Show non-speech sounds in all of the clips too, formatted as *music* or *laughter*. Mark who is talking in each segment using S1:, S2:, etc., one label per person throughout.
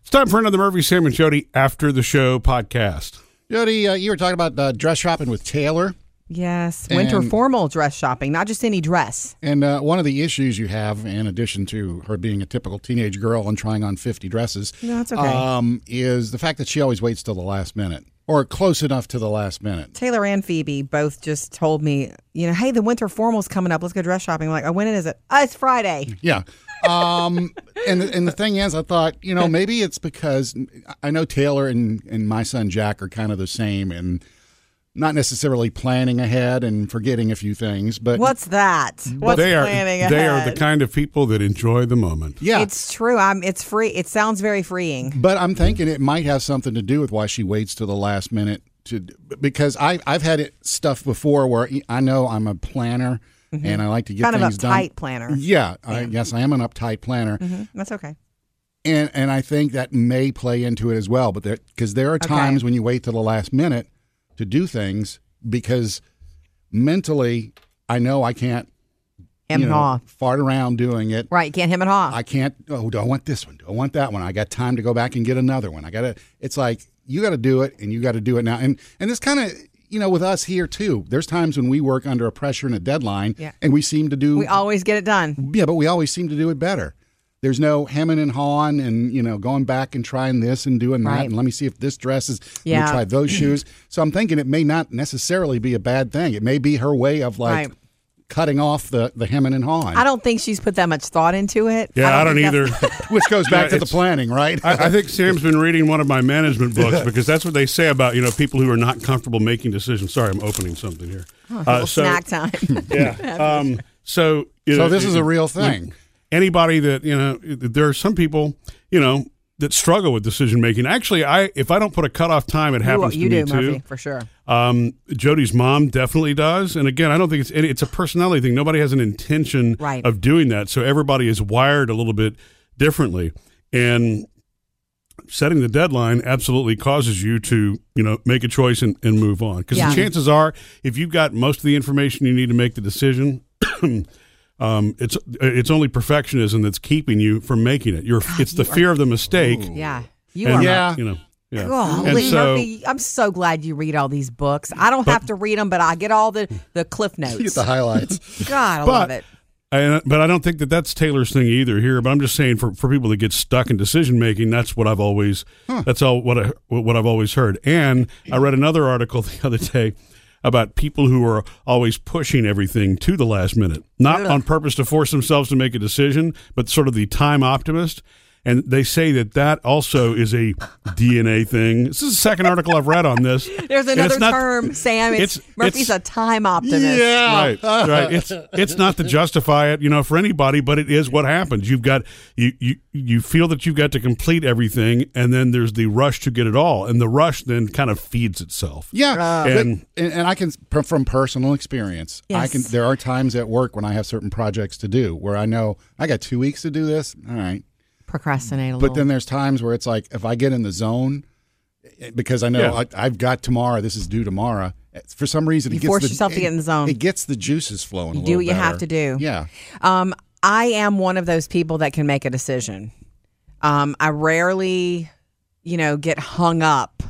S1: It's time for another Murphy, Sam, and Jody After the Show podcast.
S2: Jody, uh, you were talking about uh, dress shopping with Taylor,
S3: Yes, winter
S2: And-
S3: formal dress shopping, not just any dress.
S2: and uh, one of the issues you have, in addition to her being a typical teenage girl and trying on 50 dresses,
S3: No, that's okay.
S2: um, is the fact that she always waits till the last minute or close enough to the last minute.
S3: Taylor and Phoebe both just told me, you know, hey, the winter formal's coming up. Let's go dress shopping. I'm like, oh, when is it? Oh, it's Friday.
S2: Yeah. Um, *laughs* and and the thing is, I thought you know maybe it's because I know Taylor and and my son Jack are kind of the same and not necessarily planning ahead and forgetting a few things, but
S3: What's that? What's
S1: they are
S3: planning ahead?
S1: they are the kind of people that enjoy the moment.
S2: yeah.
S3: It's true. I'm. It's free. It sounds very freeing.
S2: but I'm thinking it might have something to do with why she waits to the last minute to because I I've had it stuff before where I know I'm a planner and I like to get
S3: Mm-hmm. Kind of
S2: things done.
S3: uptight planner.
S2: Yeah, I, yes, I am an uptight planner.
S3: Mhm, That's okay.
S2: and and I think that may play into it as well. But because there, are times when you wait till the last minute to do things because mentally, I know I can't you
S3: Hem and
S2: know,
S3: haw.
S2: fart around doing it.
S3: Right. Can't hem and haw.
S2: I can't. Oh, do I want this one? Do I want that one? I got time to go back and get another one. I got to. It's like you got to do it, and you got to do it now. And and this kind of. You know, with us here too, there's times when we work under a pressure and a deadline,
S3: Yeah.
S2: and we seem to do
S3: we always get it done.
S2: yeah, but we always seem to do it better. There's no hemming and hawing and, you know, going back and trying this and doing that.
S3: Right.
S2: And let me see if this dress is, let me
S3: Yeah.
S2: try those shoes. So I'm thinking it may not necessarily be a bad thing. It may be her way of like
S3: Right.
S2: cutting off the, the hemming and hawing,
S3: I don't think she's put that much thought into it.
S1: Yeah, I don't,
S3: think that's-
S1: either. Uh,
S3: *laughs*
S2: which goes
S1: Yeah,
S2: back to the
S1: it's-
S2: planning, right?
S1: I, I think Sam's been reading one of my management books because that's what they say about you know people who are not comfortable making decisions. Sorry, I'm opening something here. Uh,
S3: Well, snack
S1: *laughs*
S3: time. *laughs*
S1: Yeah. Um, so you
S2: so
S1: know,
S2: this
S1: it-
S2: is a real thing.
S1: anybody that you know there are some people you know that struggle with decision making actually i if i don't put a cutoff time it
S3: you
S1: happens
S3: you
S1: to
S3: do,
S1: me
S3: Murphy,
S1: too
S3: for sure.
S1: um, jody's mom definitely does and again i don't think it's any it's a personality thing nobody has an intention
S3: Right.
S1: of doing that so everybody is wired a little bit differently and setting the deadline absolutely causes you to you know make a choice and, and move on because
S3: Yeah.
S1: the chances are if you've got most of the information you need to make the decision *clears throat* um, it's it's only perfectionism that's keeping you from making it you're it's the fear of the mistake
S3: Yeah. You
S1: and
S3: are.
S2: Yeah.
S1: you know yeah and
S3: Golly,
S1: so
S3: Murphy, I'm so glad you read all these books. I don't have to read them, but I get all the,
S1: *laughs*
S3: the cliff
S2: You get
S3: notes.
S2: the highlights.
S3: God, I
S1: But-
S3: love it.
S1: I, but I don't think that that's Taylor's thing either here. But I'm just saying for, for people that get stuck in decision making, that's what I've always that's all what I what I've always heard. And I read another article *laughs* the other day about people who are always pushing everything to the last minute, not on purpose to force themselves to make a decision, but sort of the time optimist. And they say that that also is a *laughs* DNA thing. This is the second article I've read on this.
S3: There's
S1: And it's
S3: another
S1: not-
S3: term, Sam. It's,
S1: it's-
S3: Murphy's
S1: it's-
S3: a time optimist.
S2: yeah.
S1: Right, right. It's it's not to justify it, you know, for anybody, but it is what happens. You've got you you you feel that you've got to complete everything, and then there's the rush to get it all, and the rush then kind of feeds itself.
S2: *laughs* Yeah, but-
S1: And-
S2: and, and I can per- from personal experience. I can.
S3: Yes.
S2: There are times at work when I have certain projects to do where I know I got two weeks to do this. All right,
S3: Procrastinate a little.
S2: But then there's times where it's like if I get in the zone eh, because I know
S1: Yeah.
S2: I, I've got tomorrow. This is due tomorrow. eh, For some reason,
S3: You
S2: it gets
S3: force
S2: the,
S3: yourself to get in the zone.
S2: It gets the juices flowing.
S3: You
S2: a
S3: do
S2: little
S3: what you have
S2: better.
S3: to do.
S2: Yeah,
S3: Um, I am one of those people that can make a decision. Um, I rarely, you know, get hung up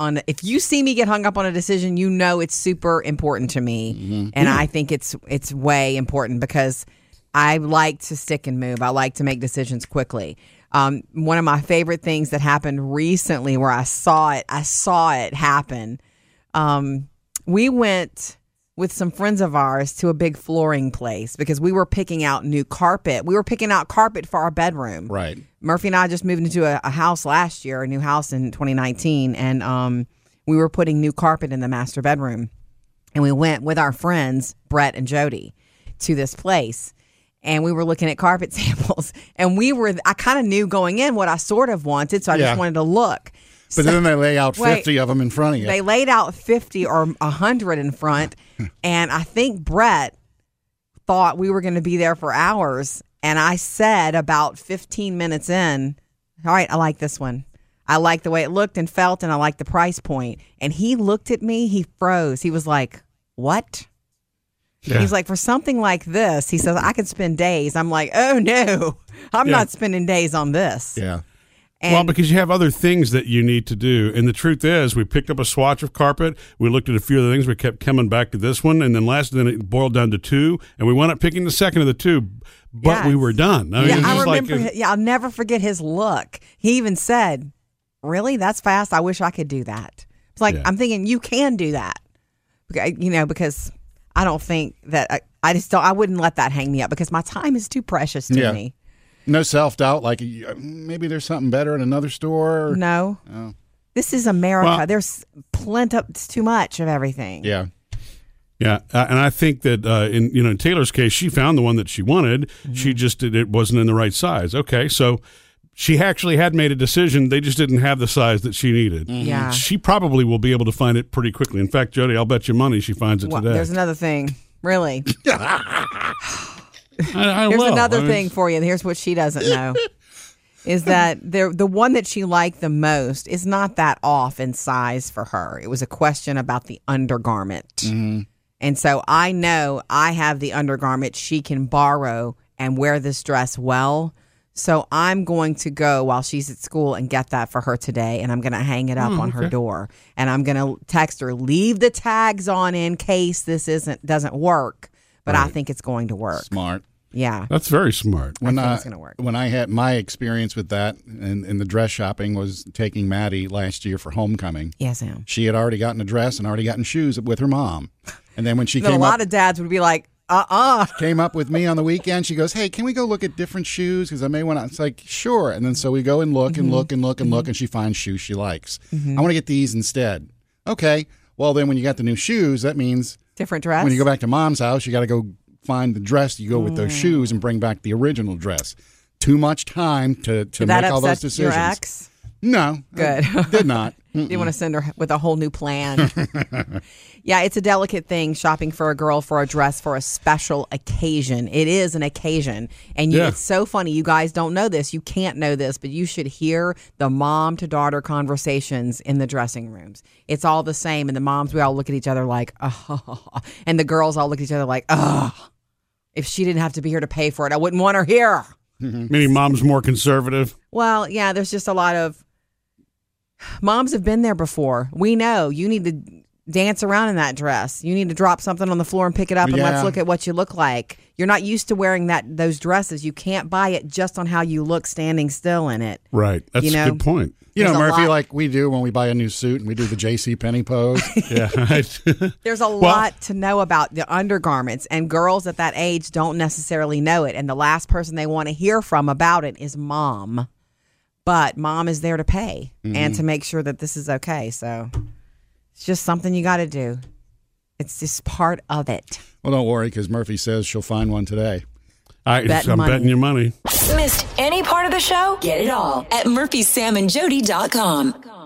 S3: on. If you see me get hung up on a decision, you know it's super important to me, and I think it's it's way important because I like to stick and move. I like to make decisions quickly. Um, one of my favorite things that happened recently, where I saw it, I saw it happen. Um, we went with some friends of ours to a big flooring place because we were picking out new carpet. We were picking out carpet for our bedroom.
S2: right.
S3: Murphy and I just moved into a, a house last year, a new house in 2019, and um, we were putting new carpet in the master bedroom. And we went with our friends, Brett and Jody, to this place. And we were looking at carpet *laughs* samples. And we were, I kind of knew going in what I sort of wanted. So I
S2: Yeah.
S3: just wanted to look.
S2: But then they lay out
S3: Wait.
S2: fifty of them in front of you.
S3: They laid out 50 or 100 in front.
S2: *laughs*
S3: And I think Brett thought we were going to be there for hours. And I said about 15 minutes in, All right, I like this one. I like the way it looked and felt, and I like the price point. And he looked at me, he froze. He was like, What? He's like, For something like this, he says, I could spend days. I'm like, Oh no, I'm
S1: Yeah.
S3: not spending days on this.
S2: yeah,
S3: And
S1: well, because you have other things that you need to do. And the truth is, we picked up a swatch of carpet. We looked at a few of the things. We kept coming back to this one. And then last, then it boiled down to two. And we wound up picking the second of the two, but we
S3: Yes.
S1: were done. I mean,
S3: yeah,
S1: it's
S3: I
S1: just like-
S3: remember. hi- yeah, I'll never forget his look. He even said, "Really, that's fast. I wish I could do that." It's like
S1: Yeah.
S3: I'm thinking you can do that, Beca- you know, because I don't think that I, I just don't. I wouldn't let that hang me up because my time is too precious to
S2: Yeah.
S3: me.
S2: No self doubt. Like you- maybe there's something better in another store. or-
S3: No,
S2: Oh.
S3: this is America.
S1: Well-
S3: There's plenty. It's too much of everything.
S2: Yeah.
S1: Yeah, uh, and I think that uh, in you know in Taylor's case, she found the one that she wanted. She just did, it wasn't in the right size. Okay, so she actually had made a decision. They just didn't have the size that she needed.
S3: Yeah.
S1: She probably will be able to find it pretty quickly. In fact, Jody, I'll bet you money she finds it
S3: Well,
S1: today.
S3: there's another thing. Really,
S1: I, I
S3: Here's
S1: will.
S3: another
S1: I mean,
S3: thing for you. Here's what she doesn't know is that there the one that she liked the most is not that off in size for her. It was a question about the undergarment.
S1: Mm-hmm.
S3: And so I know I have the undergarment she can borrow and wear this dress well. So I'm going to go while she's at school and get that for her today and I'm going to hang it up
S1: Hmm,
S3: on her door and I'm going to text her leave the tags on in case this isn't doesn't work, but I think it's going to work.
S2: Smart.
S3: Yeah.
S1: That's very smart.
S2: When
S3: think
S2: I,
S3: it's gonna work.
S2: when I had my experience with that and in the dress shopping was taking Maddie last year for homecoming.
S3: Yes, Sam.
S2: She had already gotten a dress and already gotten shoes with her mom. And then when
S3: *laughs*
S2: she
S3: But a
S2: came up,
S3: lot of dads would be like, uh uh *laughs*
S2: came up with me on the weekend, she goes, "Hey, can we go look at different shoes? Because I may want to." It's like, sure. And then so we go and look
S3: Mm-hmm.
S2: and look and look and look, and she finds shoes she likes. I want to get these instead. Okay. Well, then when you got the new shoes, that means
S3: Different dress.
S2: when you go back to mom's house, you got to go find the dress you go with
S3: Mm.
S2: those shoes and bring back the original dress. Too much time to, to
S3: Did that
S2: make all those
S3: upset your
S2: decisions.
S3: ex?
S2: No,
S3: Good. *laughs*
S2: I did not.
S3: Do you want to send her with a whole new plan? yeah, it's a delicate thing shopping for a girl for a dress for a special occasion. It is an occasion. And you,
S1: Yeah.
S3: it's so funny. You guys don't know this. You can't know this, but you should hear the mom to daughter conversations in the dressing rooms. It's all the same. And the moms, we all look at each other like, *laughs* oh. And the girls all look at each other like, oh. If she didn't have to be here to pay for it, I wouldn't want her here.
S1: Many moms more conservative.
S3: Well, yeah, there's just a lot of moms have been there before. We know you need to dance around in that dress. You need to drop something on the floor and pick it up and
S2: Yeah.
S3: let's look at what you look like. You're not used to wearing that those dresses. You can't buy it just on how you look standing still in it.
S1: Right. That's
S3: You know?
S1: a good
S3: *laughs*
S1: point.
S2: You
S3: There's
S2: know,
S3: a
S2: Murphy,
S3: lot-
S2: like we do when we buy a new suit and we do the J.C. Penney
S3: *laughs*
S2: pose.
S1: Yeah. *laughs*
S3: There's a lot to know about the undergarments and girls at that age don't necessarily know it and the last person they want to hear from about it is mom. But mom is there to pay and to make sure that this is okay. So it's just something you got to do. It's just part of it.
S2: well, don't worry, because Murphy says she'll find one today.
S1: I,
S3: Bet
S1: I'm
S3: money.
S1: betting your money.
S4: Missed any part of the show? Get it all at murphysamandjody.com.